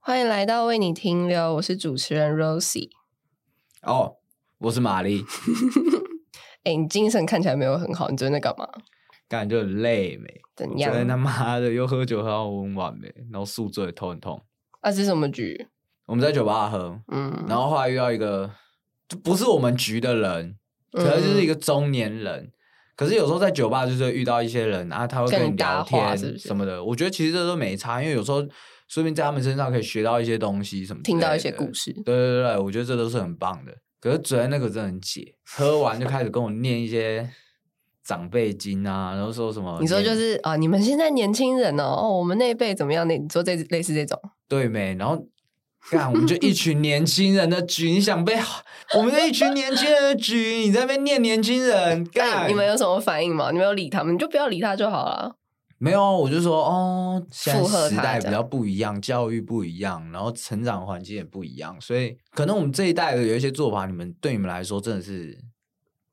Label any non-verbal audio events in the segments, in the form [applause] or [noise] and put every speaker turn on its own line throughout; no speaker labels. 欢迎来到为你停留，我是主持人 Rosie。
哦，我是玛丽，
哎、你精神看起来没有很好，你昨天在干嘛？
感觉很累没？
怎
昨天他
样？
妈的又喝酒喝到很晚没，然后宿醉头很痛。
啊，这是什么局？
我们在酒吧喝，
嗯，
然后后来遇到一个就不是我们局的人，可能就是一
嗯
个中年人。可是有时候在酒吧就是会遇到一些人啊，他会
跟
跟
你
你
搭
聊
话
天
是不是
什么的。我觉得其实这都没差，因为有时候说不定在他们身上可以学到一些东西什么，
听到一些故事，
事。对对对，我觉得这都是很棒的。可是昨天那个真的很解，喝完就开始跟我念一些长辈经啊，然后说什么
你说
年
就是啊，你们现在年轻人哦，哦，我们那一辈怎么样？那你说这类似这种，
对没？然后干，我们就一群年轻人的局，你想被我们这一群年轻人的局，你在那边念年轻人
那
干？
你你们有什么反应吗？你们有理他们，你就不要理他就好了。
没有啊？我就说哦，现
附和
在
他
时代
这样
比较不一样，教育不一样，然后成长环境也不一样，所以可能我们这一代的有一些做法，你们对你们来说真的是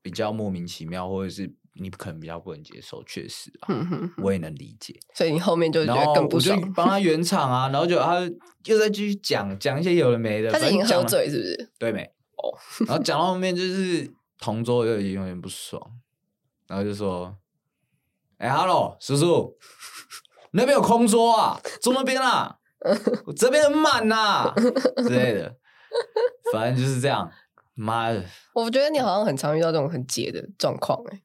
比较莫名其妙，或者是你可能比较不能接受，确实啊，
哼哼，
我也能理解。
所以你后面嗯就觉
然后
得更
我
不
就
爽。
帮他圆场啊，然后就他又再继续讲讲一些有的没的，
他是已经
反正
喝
讲了
醉是不是？
对没？哦，然后讲到后面就是同桌就已经有点不爽，然后就说：“哎、哈 h e l l o 叔叔，你那边有空桌啊？坐那边啊，我这边很满
[laughs]
呐、之类的，反正就是这样。妈的，
我觉得你好像很常遇到这种很解的状况、欸，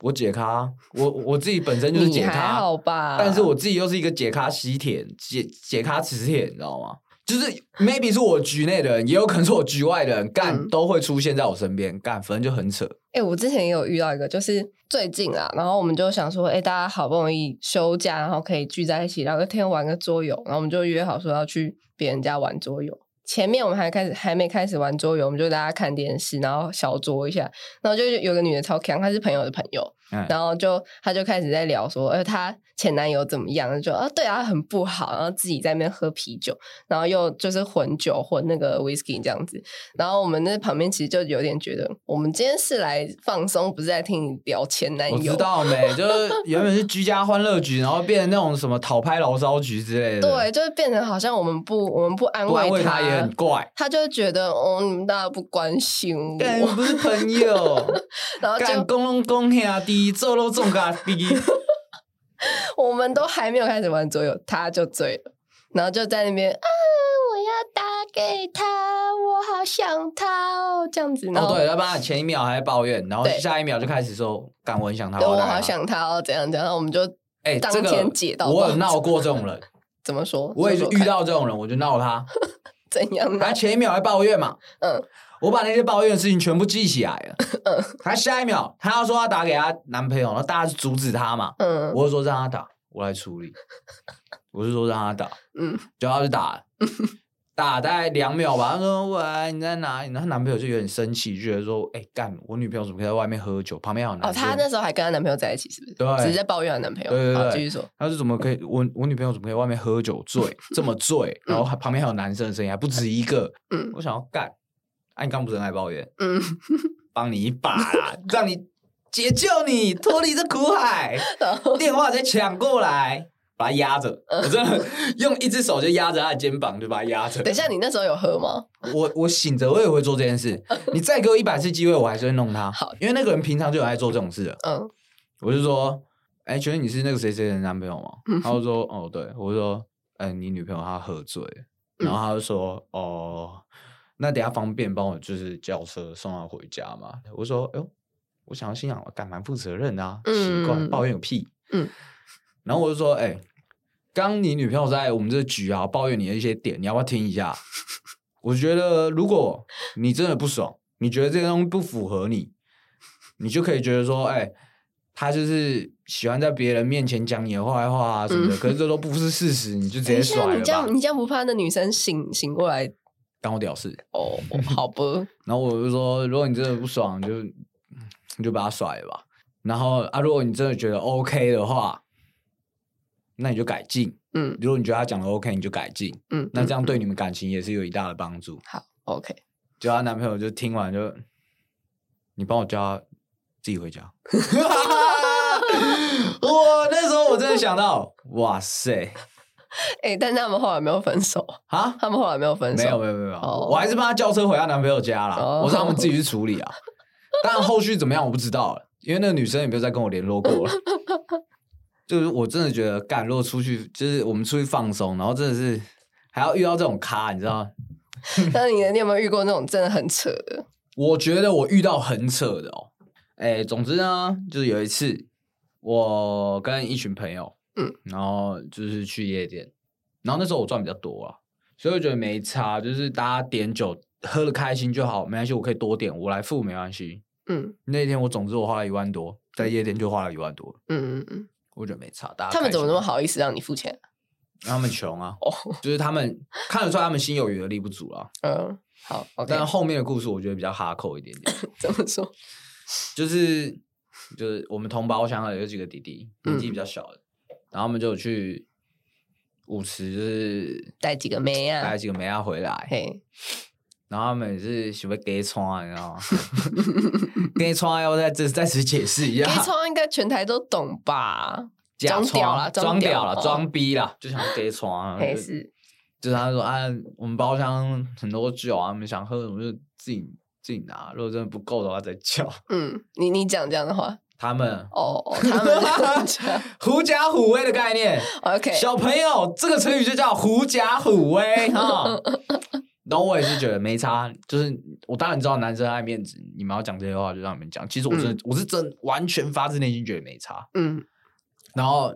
我解咖，我我自己本身就是
你
解
还
咖，
好吧？
但是我自己又是一个解咖吸铁、解解咖磁铁，你知道吗？就是 maybe 是我局内的人，也有可能是我局外的人，干、
嗯
都会出现在我身边，干反正就很扯。
哎、我之前也有遇到一个，就是最近啊，然后我们就想说，哎、大家好不容易休假，然后可以聚在一起聊个天，玩个桌游，然后我们就约好说要去别人家玩桌游。前面我们还开始还没开始玩桌游，我们就大家看电视，然后小酌一下，然后就有个女的超强，她是朋友的朋友，
嗯，
然后就她就开始在聊说，呃，她前男友怎么样？就啊，对啊，她很不好，然后自己在那边喝啤酒，然后又就是混酒混那个 whisky 这样子。然后我们那旁边其实就有点觉得，我们今天是来放松，不是在听你聊前男
我
友。
知道
[laughs]
没，就是原本是居家欢乐局，然后变成那种什么讨拍牢骚局之类的。
对，，就是变成好像我们不，我们不安
不安慰
他，
他也很怪。
他就会觉得哦，你们大家不关心
干
我，
不是朋友，
[laughs] 然后
干
就
公龙公兄弟，做肉重咖逼。
我们都还没有开始玩桌游，他就醉了，然后就在那边啊，我要打给他，我好想他哦，这样子。 [laughs] 然后
哦，对，要不然前一秒还在抱怨，然后
对
下一秒就开始说，干我很想他，
对，我
打给
好
他。
想他哦，怎样怎样，然后我们就
哎，
当
这个
天解到
我
爆
有闹过这
[laughs]
种人，
怎么说？
我也是
说说
遇
看
到这种人，我就闹
[laughs]
他。
怎样啊呢
他？前一秒还抱怨嘛，
嗯，
我把那些抱怨的事情全部记起来
[laughs]
了。他下一秒他要说要打给他男朋友，然后大家就阻止他嘛。
嗯
我是说让他打，我来处理。我是说让他打，
嗯，
就他就打了，打大概两秒吧。他说：“喂，你在哪里？”然后她男朋友就有点生气，就觉得说：“哎、干，我女朋友怎么可以在外面喝酒？旁边还有
哦，
男生。
她那时候还跟她男朋友在一起，是不是？
对
只是在抱怨她男朋友。
对对对
好，继续说。
他是怎么可以？我我女朋友怎么可以外面喝酒醉这么醉？然后还旁边还有男生的声音，还不止一个。
嗯
我想要干，啊，你刚不是很爱抱怨？
嗯，
帮你一把啦，让你解救你脱离这苦海。
然后
[laughs] 电话再抢过来，把他压着，
嗯
我真的用一只手就压着他的肩膀，就把他压着。
等一下，，你那时候有喝吗？
我我醒着我也会做这
[laughs]
件事。你再给我一百次机会，我还是会弄他。
好，
因为那个人平常就有爱做这种事的。
嗯，
我就说，哎、请问你是那个谁谁的男朋友
嗯
吗？他就说，哦，对。我就说，嗯、你女朋友她喝醉了，
嗯
然后他就说，哦，那等一下方便帮我就是叫车送她回家嘛？我说，哎呦，我想要心想，干蛮负责任的啊，奇怪，
嗯
抱怨有屁。
嗯，
然后我就说，哎、刚你女朋友在我们这局啊，抱怨你的一些点，你要不要听一下？我觉得，如果你真的不爽，你觉得这个东西不符合你，你就可以觉得说，哎、他就是喜欢在别人面前讲你的坏话啊什么的，
嗯
[laughs] 可是这都不是事实，你就直
等一
接
下，
甩
你
了
这
吧
样，你这样不怕那女生醒醒过来？
当我屌事。
哦，好
[laughs]
吧，
然后我就说，如果你真的不爽，你就你就把他甩了吧。然后啊，如果你真的觉得 OK 的话，那你就改进。
嗯
如果你觉得他讲的 OK，你就改进。
嗯，
那这样
嗯
对你们感情也是有一大的帮助。
好，OK。
就她男朋友就听完就，你帮我叫她自己回家。
[laughs]
我那时候我真的想到，哇塞，
哎、但他们后来没有分手，
啊？
[laughs] 他们后来没有分手，
没有没有没有没有，
哦
我还是帮她叫车回她男朋友家啦。
哦
我让他们自己去处理啊。但后续怎么样我不知道了，因为那个女生也没有再跟我联络
[laughs]
过了。就是我真的觉得，干如果出去，就是我们出去放松，然后真的是还要遇到这种咖，你知道吗？
[laughs] 但是你你有没有遇过那种真的很扯的？
我觉得我遇到很扯的哦。哎，总之呢，就是有一次，我跟一群朋友，
嗯，
然后就是去夜店，然后那时候我赚比较多啊，所以我觉得没差，就是大家点酒喝的开心就好，没关系，我可以多点，我来付没关系。
嗯
那天我总之我花了一万多，在夜店就花了一万多，
嗯嗯嗯，
我觉得没差。大家
他们怎么那么
好？
好意思让你付钱？
他们穷啊，
哦，
就是他们看得出来他们心有余而力不足啊。
[laughs] 嗯，好，OK，
但后面的故事我觉得比较哈扣一点点。
[laughs] 怎么说？
就是就是我们同胞乡的有几个弟弟，年
嗯
纪比较小的，然后他们就有去舞池，就是
带几个妹啊
带？几个妹啊回来，
嘿，
然后他们也是喜欢 gay 穿，你
[laughs]
知道吗？gay 穿要再再再次解释一下
gay，窗应该全台都懂吧？
假
装屌啦
穿装
装屌
屌了，
哦
装逼啦，就想 gay 穿，
嘿，
就是就是他说啊，我们包厢很多酒啊，你们想喝什么就自己自己拿，如果真的不够的话再叫
嗯，你你讲这样的话，
他们。
哦，哦他们 [laughs] 这样
[laughs]
讲
狐假虎威的概念，
，OK，
[laughs] 小朋友，这个成语就叫狐假虎威哈。然后我也是觉得没差，就是我当然知道男生爱面子，你们要讲这些话就让你们讲。其实我真的、我是真完全发自内心觉得没差。
嗯
然后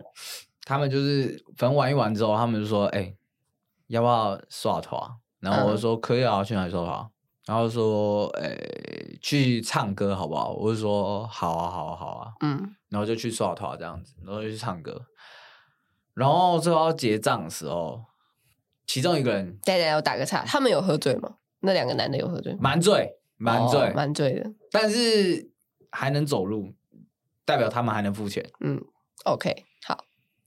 他们就是反正玩一玩之后，他们就说：“哎、要不要刷头啊？”然后我就说：“可以啊，去哪里刷头啊？”然后说：“哎、去唱歌好不好？”我就说：“好啊，好啊，好啊。”
嗯
然后就去刷团这样子，然后就去唱歌。然后最后要结账的时候，其中一个人
大家要打个岔，他们有喝醉吗？那两个男的有喝醉吗？
满醉，满醉，
哦蛮醉的。
但是还能走路，代表他们还能付钱。
嗯，OK，好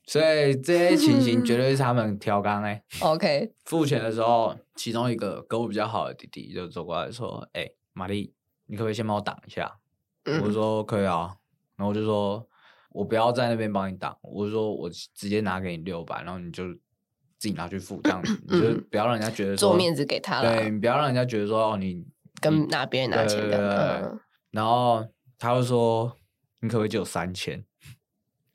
所以这些情形绝对是他们调岗哎。
，OK，
付钱的时候，其中一个跟我比较好的弟弟就走过来说：“哎、玛丽，你可不可以先帮我挡一下？”
嗯，
我说可以啊，然后我就说我不要在那边帮你挡，我就说我直接拿给你六百，然后你就自己拿去付，这样子你就
嗯
不要让人家觉得
做
说
面子给他啦，
对，你不要让人家觉得说哦你，
跟拿别人拿钱
对
这样
对对对
嗯
然后他就说你可不可以借我三千？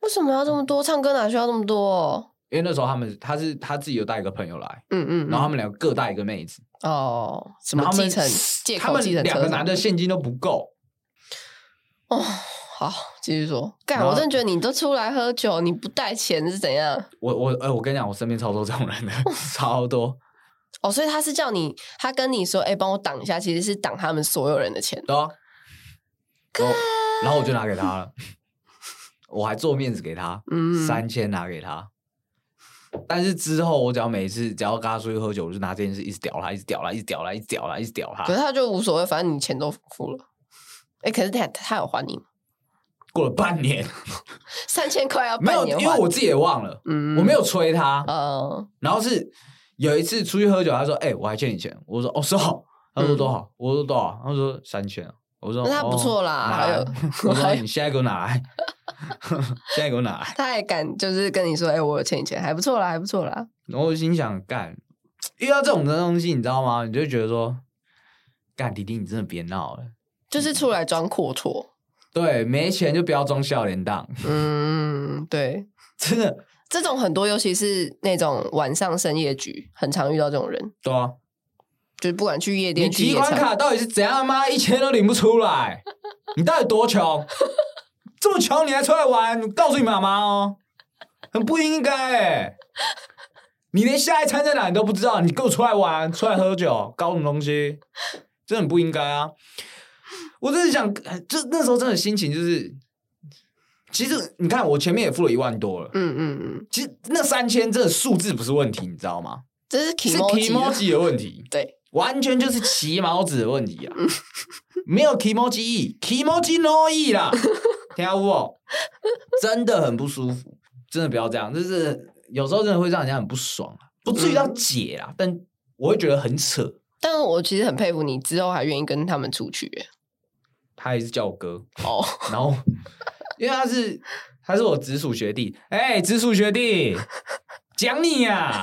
为什么要这么多？唱歌哪需要这么多？
因为那时候他们他是他自己有带一个朋友来，
嗯嗯，嗯
然后他们两个各带一个妹子，
哦，什
然
么
后
继
他们
承借
他
口
们
继承
两个
车
男的现金都不够，
哦，好，继续说。干，
然后
我真的觉得你都出来喝酒，你不带钱是怎样？
我我哎、我跟你讲，我身边超多这种人的， [laughs] 超多。
哦，所以他是叫你，他跟你说，哎、帮我挡一下，其实是挡他们所有人的钱。
对啊，然后然后我就拿给他了，我还做面子给他，
嗯
三千拿给他。但是之后我只要每次只要跟他出去喝酒，我就拿这件事一直屌他，一直屌他，一直屌他，一直屌他，一直屌
可
他。
是他就无所谓，反正你钱都付了。哎、可是他他有还你吗
过了半年，
三千块要
没
半
有，
年
因
还？
为我自己也忘了，
嗯
我没有催他。
呃，
然后是有一次出去喝酒，他说：“哎、我还欠你钱。”我说：“哦，是哦。”他说：“多少？”我说：“多少？”他说：“三千。”我说：“
嗯那他
哦
不错啦
拿
还
来
有
我说：“你现在给我
[laughs]
拿来，现在给我拿来。”
他还敢就是跟你说，哎、我有欠你钱，还不错啦，还不错啦。
然后我心想，干，遇到这种的东西，你知道吗？你就会觉得说，干弟弟，你真的别闹了。
就是出来装阔绰。
对，没钱就不要装笑脸党， [laughs]
嗯，对，
真的。
这种很多，尤其是那种晚上深夜局，很常遇到这种人，
对啊，
就是不管去夜
你
店、去
提
夜
款
场，
卡到底是怎样吗？一千都领不出来，你到底多穷？ [laughs] 这么穷你还出来玩？我告诉你妈妈哦，很不应该哎、你连下一餐在哪你都不知道，你给我出来玩，出来喝酒，搞什么东西？真的很不应该啊！我真的想，就那时候真的心情就是，其实你看我前面也付了一万多了，
嗯嗯嗯，
其实那三千这数字不是问题，你知道吗？
这是 k
是
i m o
emoji 的问题。
对，
完全就是骑毛子的问题啊，没有 emoji e，emoji no e 啦，听到不？真的很不舒服，真的不要这样，就是有时候真的会让人家很不爽啊，不至于到解啦，但我会觉得很扯。
但我其实很佩服你，之后还愿意跟他们出去耶。
他还是叫我哥，
哦， [laughs]
然后因为他是他是我直属学弟，哎、直属学弟，讲你呀、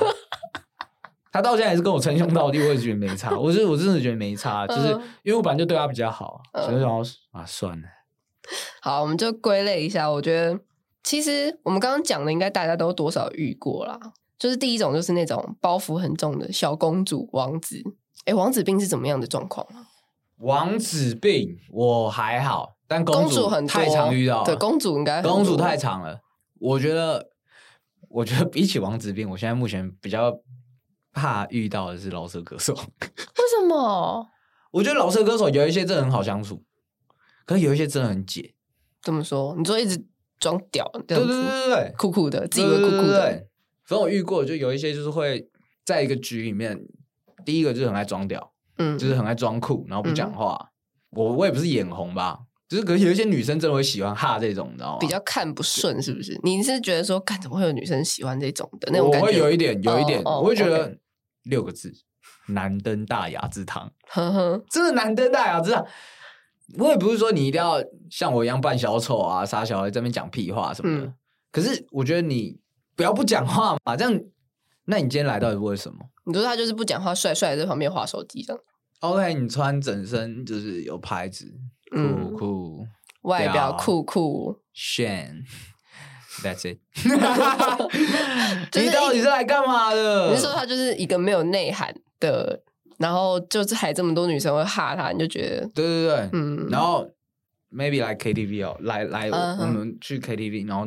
他到现在还是跟我称兄道弟，我也觉得没差。我是我真的觉得没差，就是
嗯
因为我本来就对他比较好，
嗯
所以想说啊算了，
好，我们就归类一下。我觉得其实我们刚刚讲的，应该大家都多少遇过啦。就是第一种，就是那种包袱很重的小公主、王子。哎，王子病是怎么样的状况啊？
王子病我还好，但
公
主
很多
太常遇到了，
对，公主应该很
公主
多
太长了，我觉得，我觉得比起王子病，我现在目前比较怕遇到的是饶舌歌手。
为什么？
我觉得饶舌歌手有一些真的很好相处，可是有一些真的很解。
怎么说？你说一直装屌这
对
样
对
子，
对对对，
酷酷的，自
对
以为酷酷
对对
的，
对反正我遇过，就有一些就是会在一个局里面，第一个就是很爱装屌，
嗯，
就是很爱装酷，然后不讲话。我我也不是眼红吧，就是可是有一些女生真的会喜欢哈这种，你知道吗？
比较看不顺，是不是？你是觉得说，干怎么会有女生喜欢这种的那种
我
感
会
觉？
有一点，有一点，
哦哦
我会觉
OK
得六个字：难登大雅之堂，
呵呵，
真的难登大雅之堂。我也不是说你一定要像我一样扮小丑啊、傻小孩在那边讲屁话什么的，
嗯
可是我觉得你不要不讲话嘛，这样，那你今天来到底为什么
你说他就是不讲话，帅帅地在旁边划手机这样，
？OK，你哦穿整身就是有牌子，酷
嗯，
酷
外表
屌
酷酷，
炫。That's it [laughs]
就。是
你到底是来干嘛的？
你是说他就是一个没有内涵的，然后就是还这么多女生会哈他，你就觉得
对对对，
嗯，
然后 maybe 来 KTV 哦，来来
嗯
我
哼
们去 KTV，然后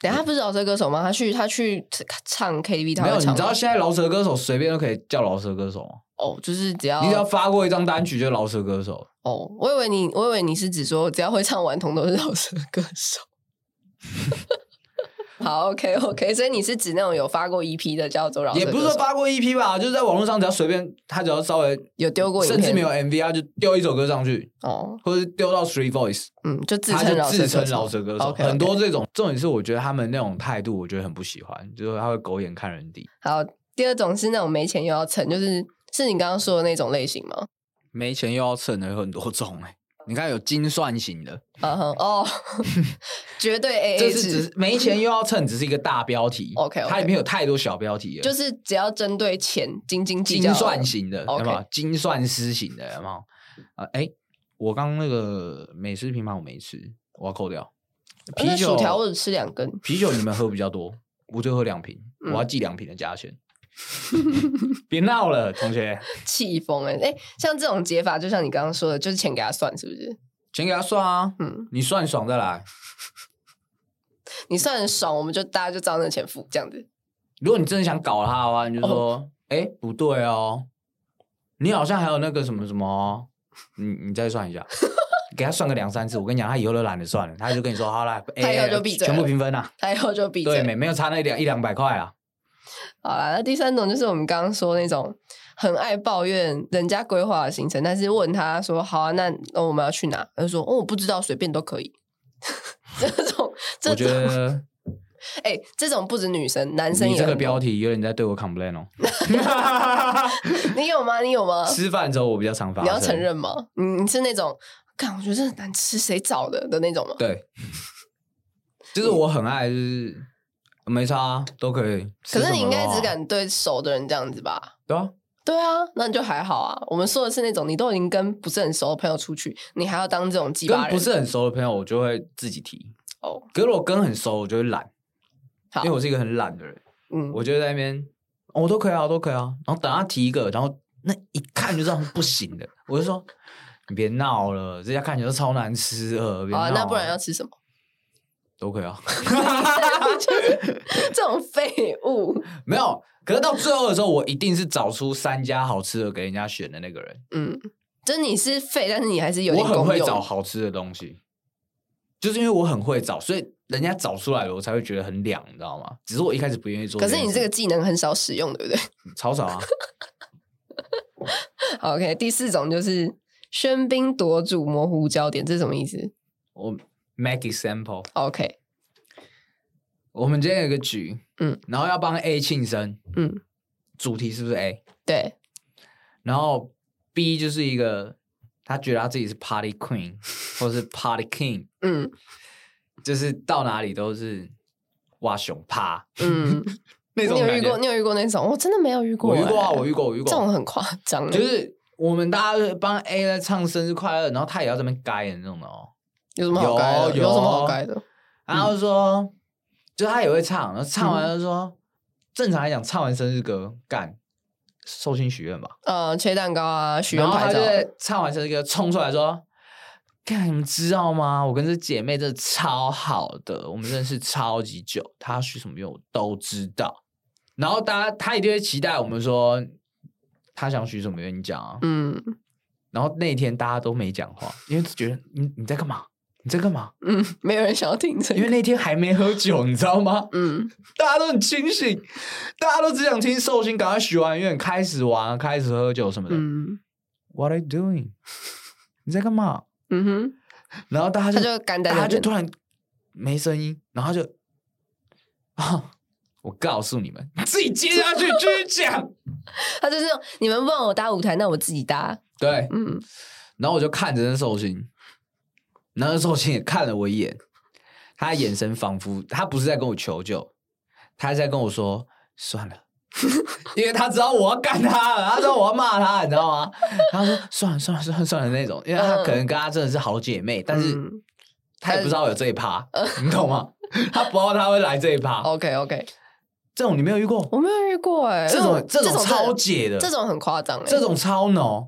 等一下他不是饶舌歌手吗？他去他去唱 KTV，他
没有，
会
你
唱
知道
吗
现在饶舌歌手随便都可以叫饶舌歌手吗？
哦，就是只要
你只要发过一张单曲就是饶舌歌手，
哦，我以为你我以为你是指说只要会唱顽童都是饶舌歌手。 [laughs] 好，OK OK，所以你是指那种有发过 EP 的叫做饶舌
也
歌手，
不是说发过一批吧，就是在网络上只要随便他只要稍微
有丢过影片，
甚至没有 MV，他就丢一首歌上去，
哦，
或者丢到 Three Voice，
嗯，就自
他
称
就
饶舌
自
歌
称
手
饶舌歌手，
OK，OK
很多这种。重点是我觉得他们那种态度，我觉得很不喜欢，就是他会狗眼看人低，
好，第二种是那种没钱又要蹭，就是是你刚刚说的那种类型吗？
没钱又要蹭的有很多种哎、 [laughs] 你看有精算型的，
嗯哼，
[laughs]
哦，绝对 AA
这
制，
是只是没钱又要蹭，只是一个大标题。
哎 OK，OK
它里面有太多小标题了，
就是只要针对钱斤斤计较
精
的，
算型的，有
OK
没有？精算师型的，有没有？啊，哎，我刚那个美式拼盘我没吃，我要扣掉。
呃
啤
那
酒
薯条我只吃两根，
啤酒你们喝比较多， [laughs] 我就喝两瓶，
嗯
我要记两瓶的价钱。 [laughs] 别闹了，同学，
气疯哎哎，像这种解法，就像你刚刚说的，就是钱给他算，是不是？
钱给他算啊，
嗯，
你算爽再来。
你算很爽，我们就大家就照那钱付，这样子。
如果你真的想搞他的话，你就
哦
说，哎，不对哦，你好像还有那个什么什么哦，你你再算
[laughs]
一下。给他算个两三次，我跟你讲，他以后都懒得算了，他就跟你说好了，哎
[laughs] 他以后就闭嘴了
全部平分啊。
他以后就闭
对，
嘴。
没没有差那一两一两百块啊。
好啦，那第三种就是我们刚刚说那种很爱抱怨人家规划的行程，但是问他说：“好啊，那那我们要去哪？”他就说：“哦，我不知道，随便都可以。” [laughs] 这种，这
我觉
种，
得
哎、这种不止女生，男生
你
也
这个
很多
标题有点在对我 complain
[laughs]
哦。
你有吗？你有吗？
吃饭的时候我比较常发
你
生，
要承认吗？你你是那种，干，我觉得这很难吃，谁找的的那种吗？
对，就是我很爱，就是没差啊都可以。
可
吃什
是
么
你应该
都好
只敢对熟的人这样子吧？
对啊，
对啊，那你就还好啊。我们说的是那种，你都已经跟不是很熟的朋友出去，你还要当这种鸡巴
跟
人，
不是很熟的朋友我就会自己提，
哦？
可是我跟很熟我就会懒，
好
因为，我是一个很懒的人，
嗯，
我就在那边哦都可以啊都可以啊，然后等他提一个，然后那一看就知道不行
[laughs]
的，我就说。你别闹了，这家看起来都超难吃了。别
好啊，
闹
那不然
了
要
[laughs]
吃什么？
都可以啊， [laughs]
就是这种废物，
没有。可是到最后的时候，我一定是找出三家好吃的给人家选的那个人。
嗯，就是你是废，但是你还是有
我
点
很
功
会
用。
找好吃的东西，就是因为我很会找，所以人家找出来了，我才会觉得很凉，你知道吗？只是我一开始不愿意做
可
件
是
事。
你这个技能很少使用，对 [laughs] 不对？
超少啊，
好，OK，第四种就是喧宾夺主、模糊焦点，这是什么意思
我 make example。
？OK，
我们今天有个局，
嗯
嗯，然后要帮 A 庆生，
嗯，
主题是不是 A？
对，
然后 B 就是一个他觉得他自己是 party
[laughs]
queen 或是 party king，
嗯
就是到哪里都是哇熊趴。
嗯
[laughs] 那种
你有
感
遇过？
觉。
你有遇过那种？我真的没有遇过、
我遇过啊，
欸
我遇过，我遇过。
这种很夸张的，
就是我们大家帮 A 在唱生日快乐，然后他也要这边改的那种的哦。
有什么好改的？有
有有
什么好改的？
然后说，就他也会唱，然后唱完
嗯
就说，正常来讲，唱完生日歌干寿星许愿吧，
呃，切蛋糕啊，许愿
然后
拍
他
照
就，在唱完生日歌冲出来说。干，你们知道吗？我跟这姐妹真的超好的，我们认识超级久，她许什么愿我都知道。然后大家，她一定会期待我们说，她想许什么愿，你讲啊。
嗯
然后那一天大家都没讲话，因为觉得你你在干嘛？你在干嘛？
嗯，没有人想要听这
因为
个，
那天还没喝酒，你知道吗？
嗯，
大家都很清醒，大家都只想听寿星赶快许完愿，开始玩，开始喝酒什么的。
嗯
What are you doing？你在干嘛？
嗯哼，
然后大家
他
就
就干
大
单，
家就突然没声音，然后就啊，我告诉你们，自己接下去继续讲。
[laughs] 他就是那种你们问我搭舞台，那我自己搭，
对，
嗯，
然后我就看着那寿星，然后那寿星也看了我一眼，他的眼神仿佛他不是在跟我求救，他是在跟我说算了， [laughs] 因为他知道我要干他了，他知道我要骂他，你知道吗？ [laughs] 他说算了算了算了算了那种，因为他可能跟他真的是好姐妹，但是
嗯
他也不知道有这一趴，你懂吗？ [laughs] 他不知道他会来这一趴，
OK OK，
这种你没有遇过？
我没有遇过哎、
这
因为
种
我
这
种
种
真的
超姐的，
这种很夸张哎，
这种超浓，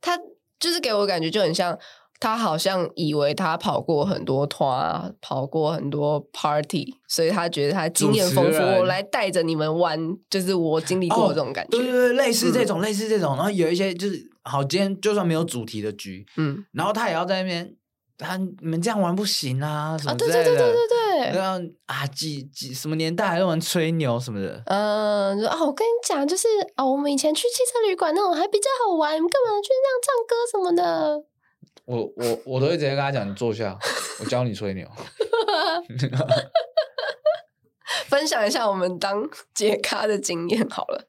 他就是给我感觉就很像，他好像以为他跑过很多团啊，跑过很多 party，所以他觉得他经验丰
主
富，
持人
我来带着你们玩，就是我经历过
哦
这种感觉。嗯
对对对，类似这种，类似这种，然后有一些就是，好，今天就算没有主题的局，
嗯，
然后他也要在那边，他你们这样玩不行啊，什
啊，
么之
对
类
对
的，
对对对对。
然后啊几几什么年代还在玩吹牛什么的，
嗯，就啊，我跟你讲，就是啊，我们以前去汽车旅馆那种还比较好玩，你们干嘛去那样唱歌什么的？
我我我都会直接跟他讲，你坐下， [laughs] 我教你吹牛。
分享一下我们当解咖的经验好了。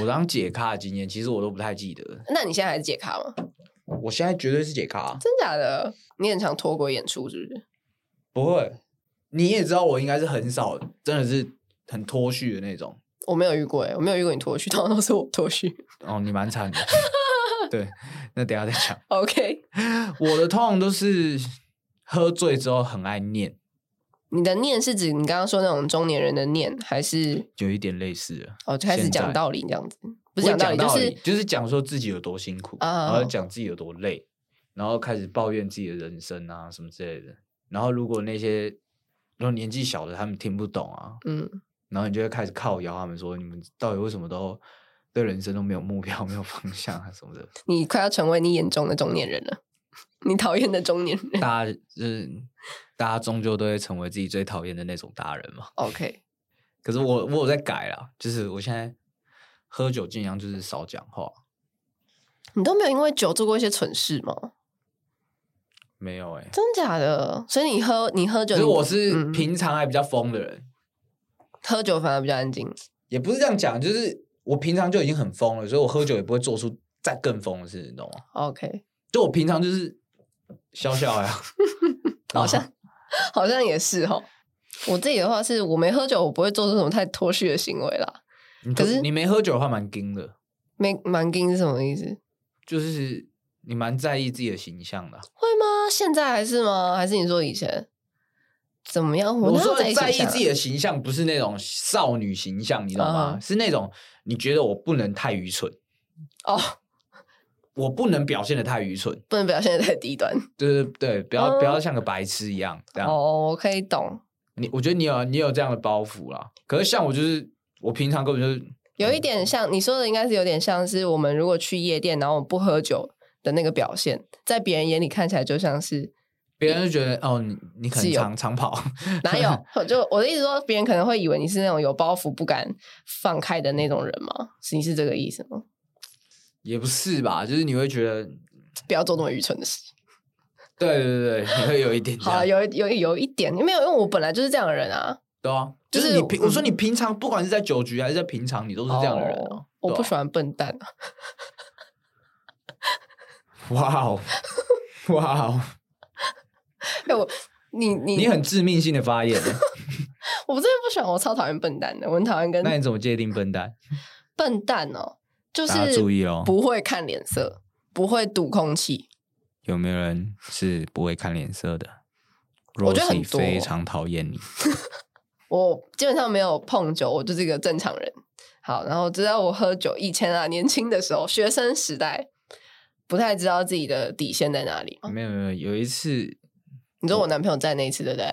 我当解咖的经验，其实我都不太记得，
那你现在还是解咖吗？
我现在绝对是解啊咖、
真假的？你很常脱轨演出是不是？
不会。你也知道，我应该是很少，真的是很脱序的那种。
我没有遇过哎、我没有遇过你脱序， [laughs] 通常都是我脱序。
哦，你蛮惨的。对，那等一下再讲。
OK， [laughs]
我的通常都是喝醉之后很爱念，
你的念是指你刚刚说那种中年人的念，还是
有一点类似了。
哦就开始
现在
讲道理这样子？不
不
是讲道理，就是嗯
就是讲说自己有多辛苦，
啊
然后讲自己有多累，然后开始抱怨自己的人生啊什么之类的。然后如果那些如果年纪小的他们听不懂啊，
嗯，
然后你就会开始靠摇他们说你们到底为什么都对人生都没有目标、没有方向啊什
[laughs]
么的。
你快要成为你眼中的中年人了， [laughs] 你讨厌的中年人。
大家就是大家终究都会成为自己最讨厌的那种大人嘛。
OK，
可是我我有在改啦，就是我现在喝酒尽量就是少讲话，
你都没有因为酒做过一些蠢事吗？
没有哎、欸。
真假的？所以你喝你喝酒，
可是
你
我是
嗯
平常还比较疯的人，
喝酒反而比较安静。
也不是这样讲，就是我平常就已经很疯了，所以我喝酒也不会做出再更疯的事，你懂吗？
OK，
就我平常就是笑
[laughs]
笑啊呀，
好像好像也是哦。我自己的话是我没喝酒，我不会做出什么太脱序的行为啦。
你
可是
你没喝酒的话蛮硬的，
没蛮硬是什么意思？
就是你蛮在意自己的形象的啊。
会吗？现在还是吗？还是你说以前怎么样？
我
哪有
说的在
在
意自己的形象，不是那种少女形象，你懂吗
嗯
是那种你觉得我不能太愚蠢。
哦，
我不能表现的太愚蠢，
不能表现的太低端
对对对，不要、
嗯
不要像个白痴一样这样。
哦。我可以懂，
你我觉得你有你有这样的包袱啦，可是像我就是我平常根本就是
有一点像你说的，应该是有点像是我们如果去夜店，然后我们不喝酒的那个表现，在别人眼里看起来就像是
别人就觉得哦你你可
自
能
由
长长跑， [laughs]
哪有？我就我的意思说，别人可能会以为你是那种有包袱不敢放开的那种人吗？是你是这个意思吗？
也不是吧？就是你会觉得
不要做那么愚蠢的事。
对对对，对你会有一点
好了，
这样，
有一有一有一点没有，因为我本来就是这样的人啊。
对啊，
就
就是是你平、
嗯
我说你平常不管是在酒局还是在平常，你都是这样的人啊、
哦我不喜欢笨蛋啊。 [laughs]
哇哦哇哦，
哎，我你你
欸你很致命性的发言，
我真的不喜欢，我超讨厌笨蛋的，我很讨厌跟
那你怎么界定笨蛋？
笨蛋哦，就
大家
是
注意哦
不会看脸色，不会读空气，
有没有人是不会看脸色的？
我觉得很
Rosie
多
非常讨厌你。
我基本上没有碰酒，我就是一个正常人。好，然后知道我喝酒以前啊，年轻的时候，学生时代不太知道自己的底线在哪里。
没有没有，有一次
你说我男朋友在那一次，对不对？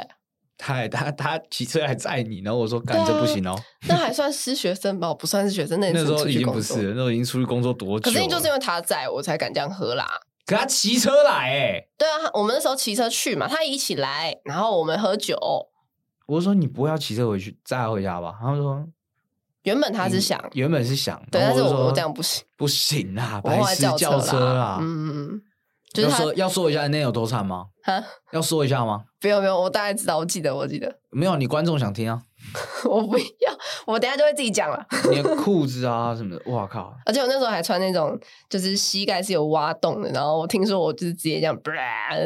他还他他骑车来载你，然后我说
对
干
啊
这不行哦。
那还算是学生吧，我不算是学生，那
那时候
出
已
去
经
工
不
作
是了，那时候已经出去工作多
可
久了？
是就是因为他在我才敢这样喝啦。
可他骑车来哎、
对啊，我们那时候骑车去嘛，他一起来，然后我们喝酒。
我说你不要骑车回去，载他回家吧。他说
原本他是
你
想，
原本是想，
对，
然
但
后
是
我就
我
说
我这样不行，
不行啊，
我
白
后来
痴
车
车
啦
啊。。
嗯嗯嗯，就是
要
他
说要说一下那有多惨吗？
啊，
要说一下吗？
不用不用，我大概知道，我记得我记得， [laughs]
没有，你观众想听啊，
我不要，我等一下就会自己讲了。
你
[laughs]
的裤子啊什么的，哇靠！
而且我那时候还穿那种，就是膝盖是有挖洞的，然后我听说我就是直接这样，啪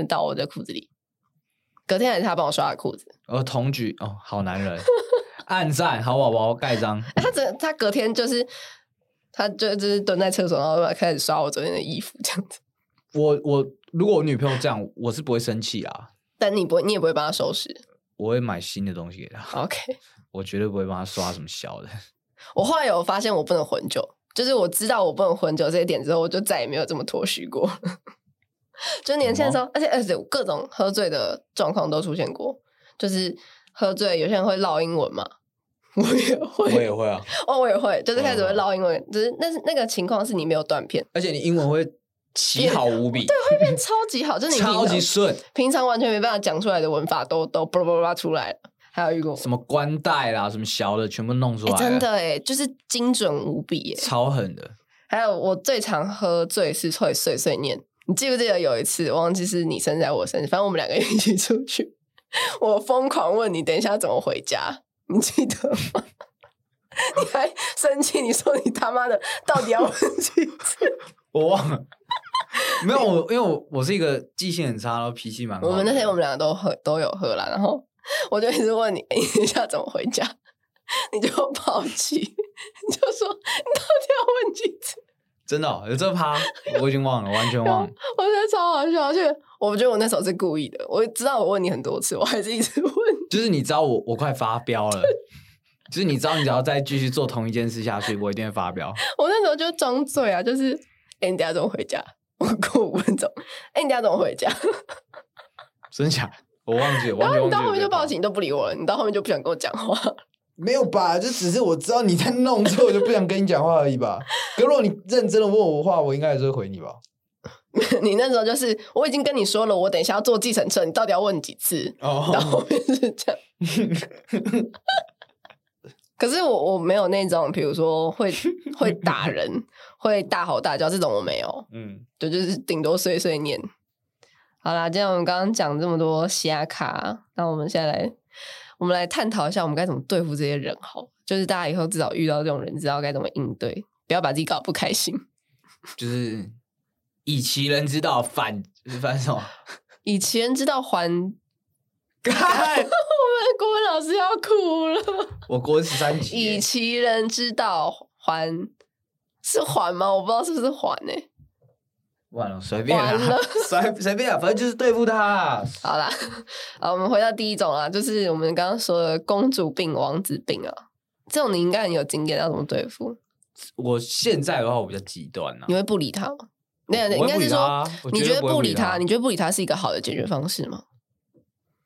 到我的裤子里。隔天还是他帮我刷的裤子，
呃，同举哦，好
[laughs]
男人，暗赞好宝宝盖章，
他整他隔天就是，他就就是蹲在厕所，然后开始刷我昨天的衣服这样子。
我我如果我女朋友这样，我是不会生气啊，
但你不会，你也不会帮他收拾。
我会买新的东西给她，
OK，
我绝对不会帮她刷什么小的。
我后来有发现我不能混酒，就是我知道我不能混酒这一点之后，我就再也没有这么脱序过。 [laughs] 就年轻的时候，而且而且我各种喝醉的状况都出现过，就是喝醉，有些人会唠英文嘛，我也
[laughs]
会，
会嗯啊，
哦，我也会，就是开始
我
会
也会
唠英文，只是那是那个情况是你没有断片，
而且你英文会奇好无比，
会变超级好，就是你平常
超级顺，
平常完全没办法讲出来的文法都都叭叭叭叭出来了。还有遇过，
什么官带啦，什么小的全部弄出来
哎、
了，
真的哎，就是精准无比欸耶。
超狠的。
还有我最常喝醉是会碎碎念，你记不记得有一次，我忘记是你生日还是我生日，反正我们两个一起出去，我疯狂问你等一下怎么回家，你记得吗？ [laughs] 你还生气，你说你他妈的到底要问几次？
我忘了。 [laughs] 没有，我因为我我是一个记性很差，然后脾气蛮好的。
我们那天我们两个都喝都有喝啦，然后我就一直问你，哎你等一下怎么回家？ [laughs] 你就抛弃， [laughs] 你就说你到底要问几次？
真的哦、有这趴，我已经忘了，完全忘了。
我觉得超好笑，而且我觉得我那时候是故意的，我知道我问你很多次，我还是一直 [laughs] 问。
就是你知道我我快发飙了，就是你知道你只要再继续做同一件事下去，我一定会发飙。
我那时候就装醉啊，就是哎、你等一下怎么回家？我过五分钟，哎、你等一下怎么回家？
真假？我忘记，了，
然
完
后你
全忘记
到
了
后面就
这个
报警，你都不理我了，你到后面就不想跟我讲话。 [laughs]
没有吧？就只是我知道你在弄之后，我就不想跟你讲话而已吧。可如果你认真的问我话，我应该还是会回你吧。
你那时候就是我已经跟你说了，我等一下要坐计程车，你到底要问几次？到
哦。
后面是这样。可是我我没有那种，比如说会会打人、会大吼大叫这种，我没有。
嗯，
对，就是顶多碎碎念。好啦，既然我们刚刚讲这么多瞎卡，那我们现在来，我们来探讨一下我们该怎么对付这些人好，就是大家以后至少遇到这种人，知道该怎么应对，不要把自己搞不开心。
就是以其人之道反反什么？
以其人之道还，哎
干！
国文老师要哭了。
我国十三级
以
耶，
其人之道还，是还吗？我不知道是不是还欸呢、
完了，随便
完
啦
了，
随随便啦，反正就是对付他啦。
好啦，好，我们回到第一种啦，就是我们刚刚说的公主病、王子病啊，这种你应该很有经验，要怎么对付？
我现在的话，我比较极端啦
你。会不理他吗？没有，应
我
该是说，
啊我
你
绝
觉得
对不会
不理他，
他，啊
你觉得不理他是一个好的解决方式吗？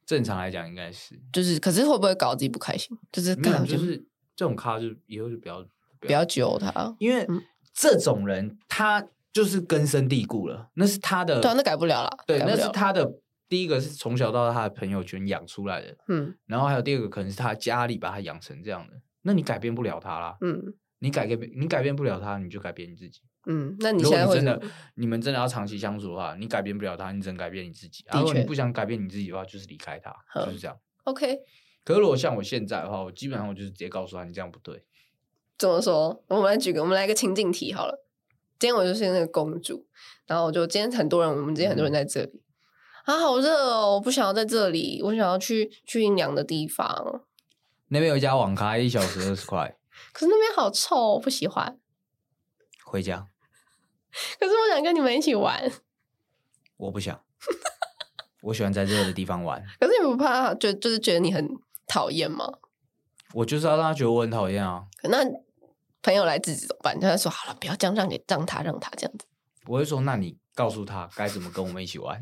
正常来讲应该是
就是，可是会不会搞自己不开心？就是
没
干
有，
嘛
就是这种咖就以后就不要不
不要揪他，
因为
嗯
这种人他就是根深蒂固了，那是他的
对啊，那改不了啦，
对，
改不
那是
了。
他的第一个是从小到大他的朋友圈养出来的，
嗯
然后还有第二个可能是他家里把他养成这样的，那你改变不了他啦，
嗯
你改变你改变不了他，你就改变你自己。
嗯，那你
如
现
果
在
你
会
真的你们真的要长期相处的话，你改变不了他，你只能改变你自己。啊
的
如果你
确
不想改变你自己的话，就是离开他，
嗯
就是这样。
OK？
可是如果像我现在的话，我基本上我就是直接告诉他，你这样不对。
怎么说？我们来举个，我们来一个情境题好了。今天我就是那个公主，然后我就今天很多人，我们今天很
嗯
多人在这里、啊，好热哦，我不想要在这里，我想要去去阴凉的地方。
那边有一家网咖，一小时二十块，
可是那边好臭哦，我不喜欢。
回家
可是我想跟你们一起玩，
我不想，我喜欢在热的地方玩，
可是你不怕？
啊，就就是觉得你很讨厌吗？
我就是要让他觉得我很讨厌啊。
可那朋友来自己怎么办？他就说好了，不要这样，让给让他让他这样子。
我会说，那你告诉他该怎么跟我们一起玩。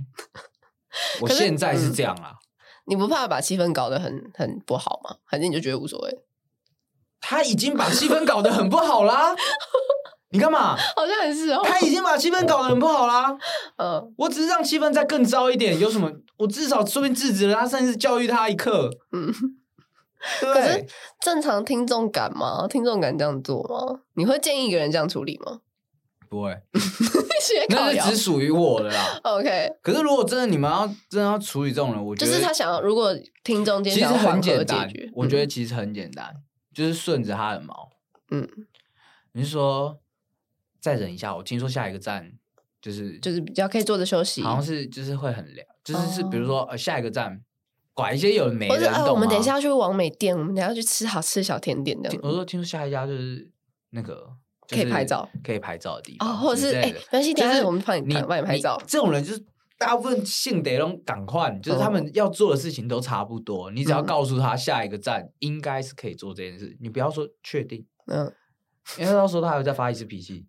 我
可是嗯
现在是这样啦，
你不怕把气氛搞得很很不好吗？还是你就觉得无所谓？
他已经把气氛搞得很不
[laughs]
好啦。你干嘛？
好像很是哦，
他已经把气氛搞得很不好啦。
[laughs] 嗯
我只是让气氛再更糟一点，有什么？我至少说明制止了他，甚至教育他一课，
嗯，
[laughs] 对
可
不对
是？正常听众敢吗？听众敢这样做吗？你会建议一个人这样处理 [laughs] 吗？
不会，
学考
那
聊
是只属于我的啦。
[laughs] ，OK，
可是如果真的你们要真的要处理这种人，我觉
就
得
是他想要，如果听众间
其实
想要缓
很
和
简
解
单
决，，
我觉
得
得其实很简单，就是顺着他的毛。
嗯，
你是说再忍一下？我听说下一个站就是
嗯就是比较可以坐着休息，
好像是就是会很凉，就是是比如
哦
说呃下一个站拐一些有的没
或者
的，
啊，
你
我
懂
们
吗？
等一下要去王美店，我们等一下去吃好吃的小甜点这
听
样。
我说听说下一家就是那个就
可以
是
拍照
可以拍照的地
哦，
方
或者
之
是哎，没
类的
关系，等一
就
下
是
我们帮你拍，帮你拍照。
这种人就是大部分性得用赶快，就是他们要做的事情都差不多。你只要
嗯
告诉他下一个站应该是可以做这件事，你不要说确
[laughs]
定，
嗯，啊，
因为到时候他还会再发一次脾气。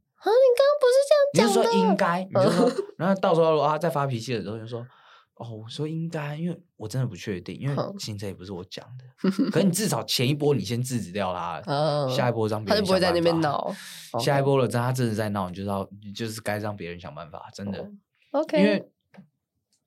你
你
刚
就
刚不是这
说
样讲
应
的，嗯
该，你就说，然后到时候如果他再发脾气的时候，你就说哦，我说应该，因为我真的不确定，因为
好
行程也不是我讲
[laughs]
的。可你至少前一波你先制止掉他，
嗯
下一波让别
他
人
就不会
想
在那
办
边
法
闹。哦
下一波了，真他真的在闹，你就知道，你就是该让别人想办法，真的。
哦
因
OK，
为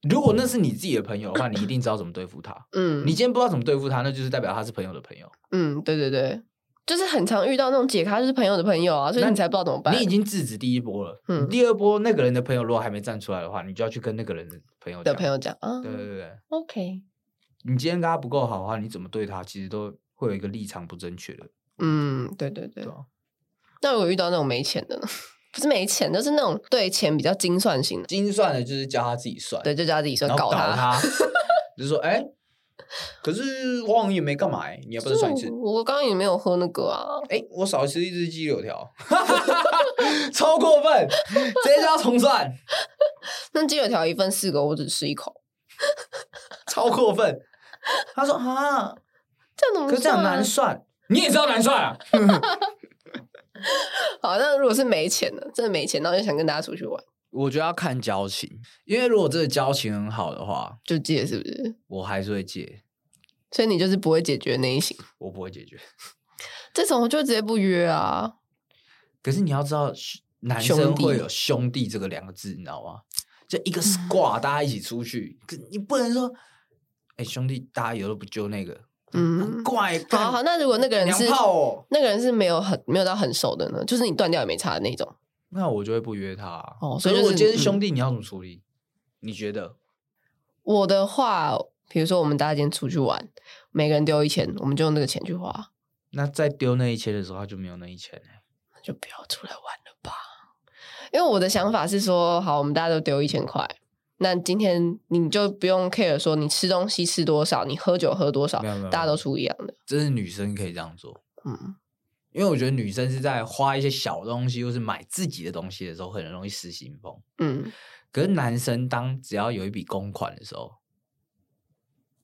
如果那是你自己的朋友的话，你一定知道怎么对付他。
嗯，
你今天不知道怎么对付他，那就是代表他是朋友的朋友，
嗯，对对对，就是很常遇到那种解咖就是朋友的朋友啊，所以
那
你才不知道怎么办。
你已经制止第一波了。
嗯
嗯，第二波那个人的朋友如果还没站出来的话，你就要去跟那个人的朋友
的
讲
朋。友讲啊
对对对，
，OK，
你今天跟他不够好的话，你怎么对他，其实都会有一个立场不正确的。
嗯，对对对
对啊。
那如果遇到那种没钱的呢？ [laughs] 不是没钱，就是那种对钱比较精算型的，
精算的就是教他自己算，
对，就叫他自己说
然
搞
后搞他， [laughs] 就说哎，可是我好像也没干嘛哎，你也不能算一次
就。我我刚刚也没有喝那个啊，
哎、我少吃一只鸡柳条， [laughs] 超过分，直接就要重算，
那鸡柳条一份四个，我只吃一口，
超过分。他说啊，
这样怎么、啊？
可是这样难算，你也知道难算啊。 [laughs]
好，那如果是没钱的，真的没钱，那我就想跟大家出去玩，
我觉得要看交情，因为如果这个交情很好的话，
就借是不是？
我还是会借，
所以你就是不会解决那一型，
我不会解决。
这种我就直接不约啊。
可是你要知道，男生会有兄弟这个两个字，你知道吗？就一个
嗯
squad 大家一起出去，可你不能说，哎、兄弟，大家有的不就那个，
嗯
很，怪，
好好，那如果那个人
娘
是
炮哦，
那个人是没有很没有到很熟的呢，就是你断掉也没差的那种。
那我就会不约他啊、
哦
可
所以
是
就
我
是
今天是兄弟，你要怎么处理？你觉得？
我的话，比如说我们大家今天出去玩，每个人丢一千，我们就用那个钱去花，
那再丢那一千的时候，他就没有那一千了
那就不要出来玩了吧。因为我的想法是说，好，我们大家都丢一千块，那今天你就不用 care 说你吃东西吃多少，你喝酒喝多少
没有没有没，有
大家都出一样的。
这是女生可以这样做，
嗯，
因为我觉得女生是在花一些小东西，或是买自己的东西的时候，很容易失心疯。
嗯，
可是男生当只要有一笔公款的时候，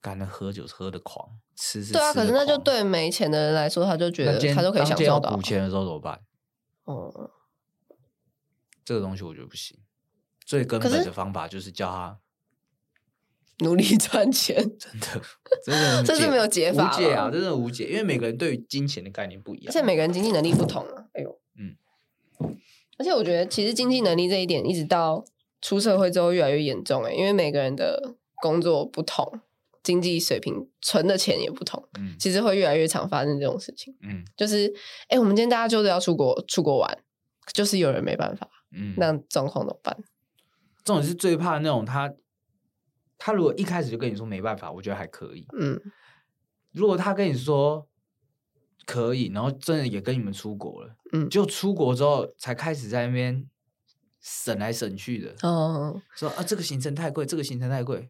干了喝酒是喝的狂，吃是
对啊，
吃得
可是那就
狂。
对没钱的人来说，他就觉
那
得
今天
他都可以
当
享
今天
受
要
到啊
补。钱的时候怎么办？
哦、
这个东西我觉得不行。最根
可
本
是
的方法就是叫 [laughs] 他
努力 [laughs] 赚钱，
真的，真的无
这是
解
没有解法
无解啊，
吗
真的无解，因为每个人对于金钱的概念不一
而且
样。
每个人经济能力不同啊。哎呦，
嗯。
而且我觉得，其实经济能力这一点，一直到出社会之后越来越严重哎、因为每个人的工作不同，经济水平存的钱也不同，
嗯
其实会越来越常发生这种事情。
嗯
就是，哎、我们今天大家就是要出国出国玩，就是有人没办法，
嗯，
那状况怎么办？
这种是最怕那种他，他如果一开始就跟你说没办法，我觉得还可以。
嗯
如果他跟你说可以，然后真的也跟你们出国了，
嗯
就出国之后才开始在那边省来省去的，
哦，
说啊这个行程太贵，这个行程太贵。比
比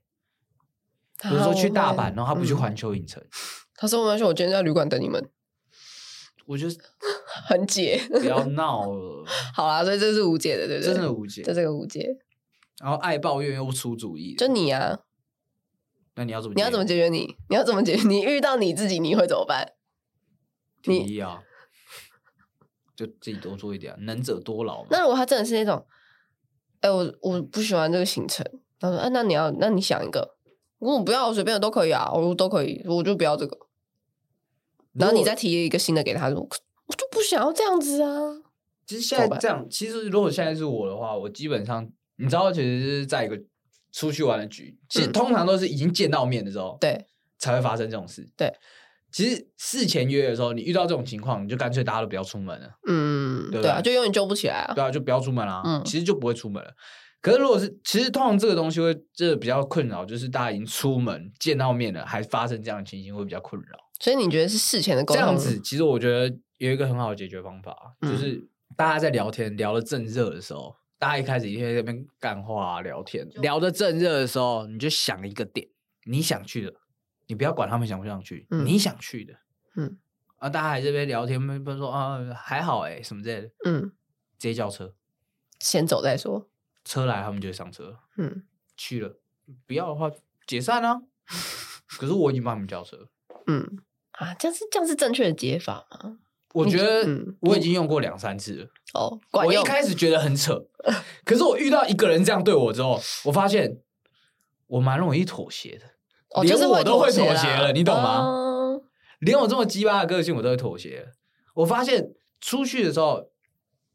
嗯
如说去大阪，然后他不去环球影城，
他说没关系，我今天在旅馆等你们，
我觉得
很解。 [laughs]
不要闹了，
好啦，所以这是无解的，对不对？
真的无解
就。这个无解，
然后爱抱怨又不出主意的，
就你啊，
那你要怎么？
你要怎么解决你？你要怎么解决？ [laughs] 你遇到你自己，你会怎么办？
提议啊？ [laughs] 就自己多做一点啊，能者多劳嘛。
那如果他真的是那种，哎、我我不喜欢这个行程，他说，哎、那你要，那你想一个，我不要，我随便的都可以啊，我都可以，我就不要这个。然后你再提一个新的给他，说，我就不想要这样子啊。
其实现在
走吧
这样，其实如果现在是我的话，我基本上你知道，其实是在一个出去玩的局，其实通常都是已经见到面的时候，
嗯对，
才会发生这种事。
对，
其实事前约的时候，你遇到这种情况，你就干脆大家都不要出门了，
嗯，
对
对
不
啊，
对
就永远救不起来啊。
对啊，就不要出门啦、
嗯
其实就不会出门了。可是如果是，其实通常这个东西会，这比较困扰，就是大家已经出门见到面了，还发生这样的情形，会比较困扰。
所以你觉得是事前的沟
这
通？
样子，其实我觉得有一个很好的解决方法，
嗯
就是大家在聊天聊得正热的时候，大家一开始一定会在那边干话、啊、聊天，聊得正热的时候，你就想一个点，你想去的，你不要管他们想不想去，
嗯
你想去的，
嗯，
啊，大家还这边聊天，不是说啊还好哎、什么之类的，直
嗯，
接叫车，
先走再说。
车来他们就会上车
嗯
去了，不要的话解
[laughs]
散啊。可是我已经帮你们叫车，
嗯，啊，这样是这样是正确的解法吗？
我觉得
嗯
我已经用过两三次了。
哦，管
我一
用。
开始觉得很扯，可是我遇到一个人这样对我之后，我发现我蛮容易妥协的，
哦，
连
就是
我都会妥
啦
协了你懂吗
哦
连我这么鸡巴的个性我都会妥协。我发现出去的时候，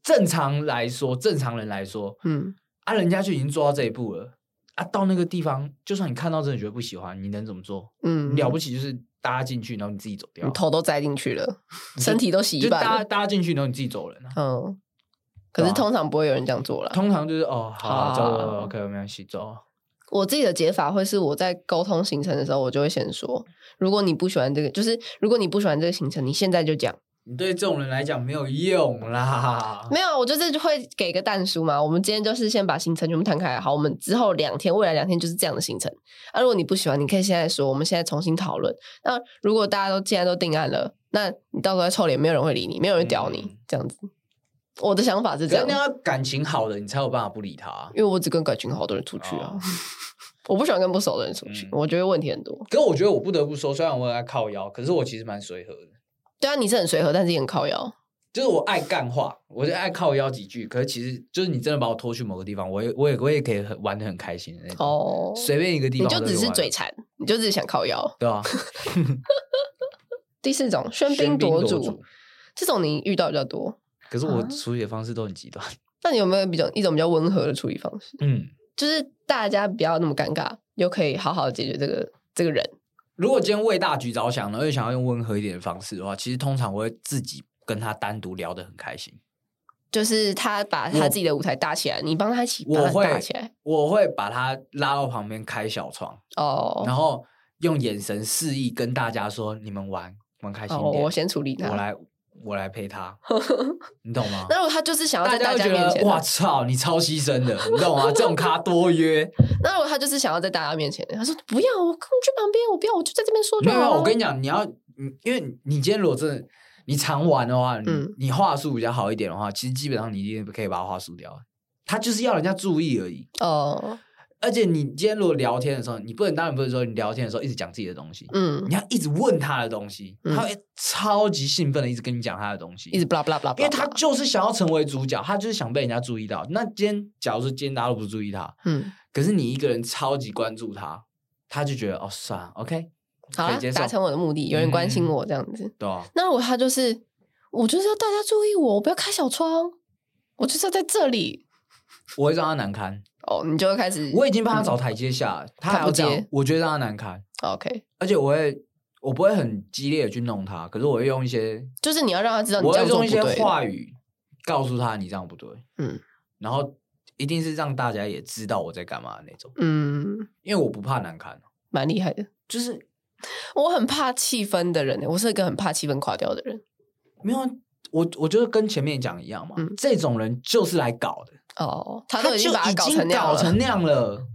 正常来说，正常人来说，
嗯，
啊，人家就已经做到这一步了啊，到那个地方，就算你看到真的觉得不喜欢，你能怎么做？
嗯，
了不起就是搭进去，然后你自己走掉
你，头都栽进去了，身体都洗一
就搭
半了。
搭进去，然后你自己走人啊。
嗯，可
对
是
啊
通常不会有人这样做了。
通常就是哦，好，
好
走走走，OK，没关系，走。
我自己的解法会是我在沟通行程的时候，我就会先说，如果你不喜欢这个，就是如果你不喜欢这个行程，你现在就讲。
你对这种人来讲没有用啦。
没有，我就是会给个蛋书嘛。我们今天就是先把行程全部摊开来，好，我们之后两天，未来两天就是这样的行程。啊，如果你不喜欢，你可以现在说，我们现在重新讨论。那如果大家都现在都定案了，那你到时候再臭脸，没有人会理你，没有人会屌你，
嗯
这样子。我的想法是这
可
样
是你，要感情好的，你才有办法不理他。啊
因为我只跟感情好的人出去啊，
哦
我不喜欢跟不熟的人出去，
嗯
我觉得问题很多。
可我觉得我不得不说，虽然我很爱靠腰，可是我其实蛮随和的，
对啊，你是很随和，但是也很靠腰。
就是我爱干话，我就爱靠腰几句。可是其实就是你真的把我拖去某个地方，我也我也我也可以很玩的很开心的那种。
哦，
嗯随便一个地
你
方
就
我都可以啊
只是
玩
嘴馋，你就只是想靠腰。
对啊，
第四种，喧宾夺主，。这种你遇到比较多。
可是我
啊
处理的方式都很极端。
那你有没有比较一种比较温和的处理方式？
嗯，
就是大家不要那么尴尬，又可以好好解决这个这个人。
如果今天为大局着想呢，而且想要用温和一点的方式的话，其实通常我会自己跟他单独聊得很开心。
就是他把他自己的舞台搭起来，你帮他一起把
我
它
会
搭起来。
我会把他拉到旁边开小窗，
哦
然后用眼神示意跟大家说：“你们玩玩开心
哦，
一点，
我先处理他。
我来我来
[laughs]
陪他。”你懂吗？
那如果他就是想要在大
大会
家
觉
面前
得
呢，
哇操，你超牺牲的，你懂吗？这种咖多约。
那如果他就是想要在大家面前呢，他说不要，我跟我去旁边， [laughs] 我不啊要，我就在这边说就
没有，没有啊
好了。
我跟你讲，你要，你因为你今天如果真的你常玩的话，你、
嗯
你话术比较好一点的话，其实基本上你一定可以把他话术掉。他就是要人家注意而已。
哦，
而且你今天如果聊天的时候，你不能当然不是说你聊天的时候一直讲自己的东西，
嗯，
你要一直问他的东西，
嗯
他会超级兴奋的一直跟你讲他的东西，
一直 blah blah blah，
因为他就是想要成为主角，他就是想被人家注意到。那今天假如说今天大家都不注意他，
嗯，
可是你一个人超级关注他，他就觉得哦算了，OK，
好啊
可以
啦
接，受
达，成我的目的，有人关心
嗯
我这样子。
对啊，
那如果他就是我就是要大家注意我，我不要开小窗，我就是要在这里
我会让他难堪，
哦，你就会开始
我已经帮他找台阶下了，
嗯
他还要这
他不
样
接，
我觉得让他难堪，
哦 OK，
而且我会。我不会很激烈的去弄他，可是我会用一些，
就是你要让他知道你
我
这
会
样做不
用一些
对。
话语告诉他你这样不对，
嗯
然后一定是让大家也知道我在干嘛的那种，
嗯，
因为我不怕难啊看，
蛮厉害的。
就是
[laughs] 我很怕气氛的人，欸我是一个很怕气氛垮掉的人。
没有啊我，我觉得跟前面讲一样嘛，
嗯
这种人就是来搞的，
哦，他都已
就
经把它
已
搞
经
成那样
搞
了，
成那样了，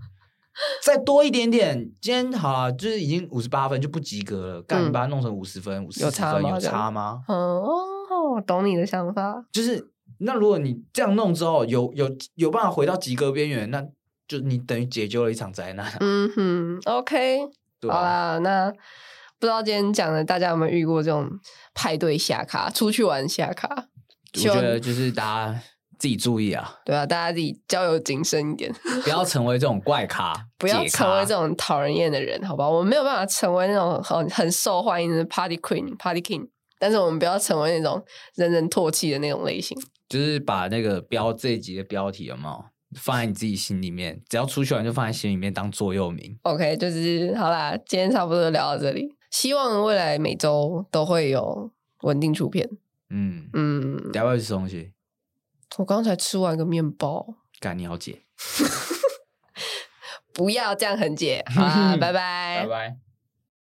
再多一点点，今天好了，就是已经五十八分就不及格了，干
嗯
你把它弄成五十分、五十
有差
分，
吗
有
这样
差吗？
哦，我懂你的想法。
就是那如果你这样弄之后，有有有办法回到及格边缘，那就你等于解救了一场灾难，啊
嗯哼，OK，
对啊
好啊
吧、
啦，那不知道今天讲的大家有没有遇过这种派对下卡、出去玩下卡？
我
希望
觉得就是大家自己注意啊，
对啊，大家自己交友谨慎一点， [laughs]
不要成为这种怪咖，
不要
解咖
成为这种讨人厌的人，好吧？我们没有办法成为那种很很受欢迎的 Party Queen、Party King，但是我们不要成为那种人人唾弃的那种类型。
就是把那个标这一集的标题有没有放在你自己心里面，只要出去玩就放在心里面当座右铭。
OK，就是好啦，今天差不多聊到这里。希望未来每周都会有稳定出片。
嗯，
嗯，
要不要去吃东西？
我刚才吃完个面包，
干你好姐，
[laughs] 不要这样，很姐。好啦，拜拜
拜。